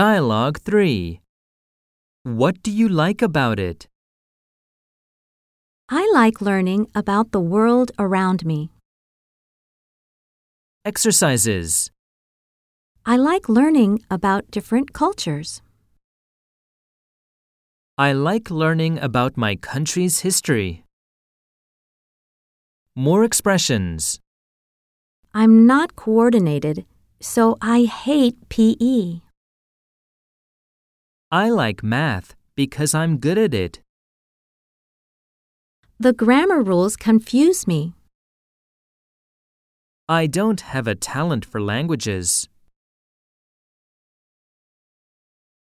Dialogue 3. What do you like about it? I like learning about the world around me. Exercises. I like learning about different cultures. I like learning about my country's history. More expressions. I'm not coordinated, so I hate E. PE. I like math because I'm good at it. The grammar rules confuse me. I don't have a talent for languages.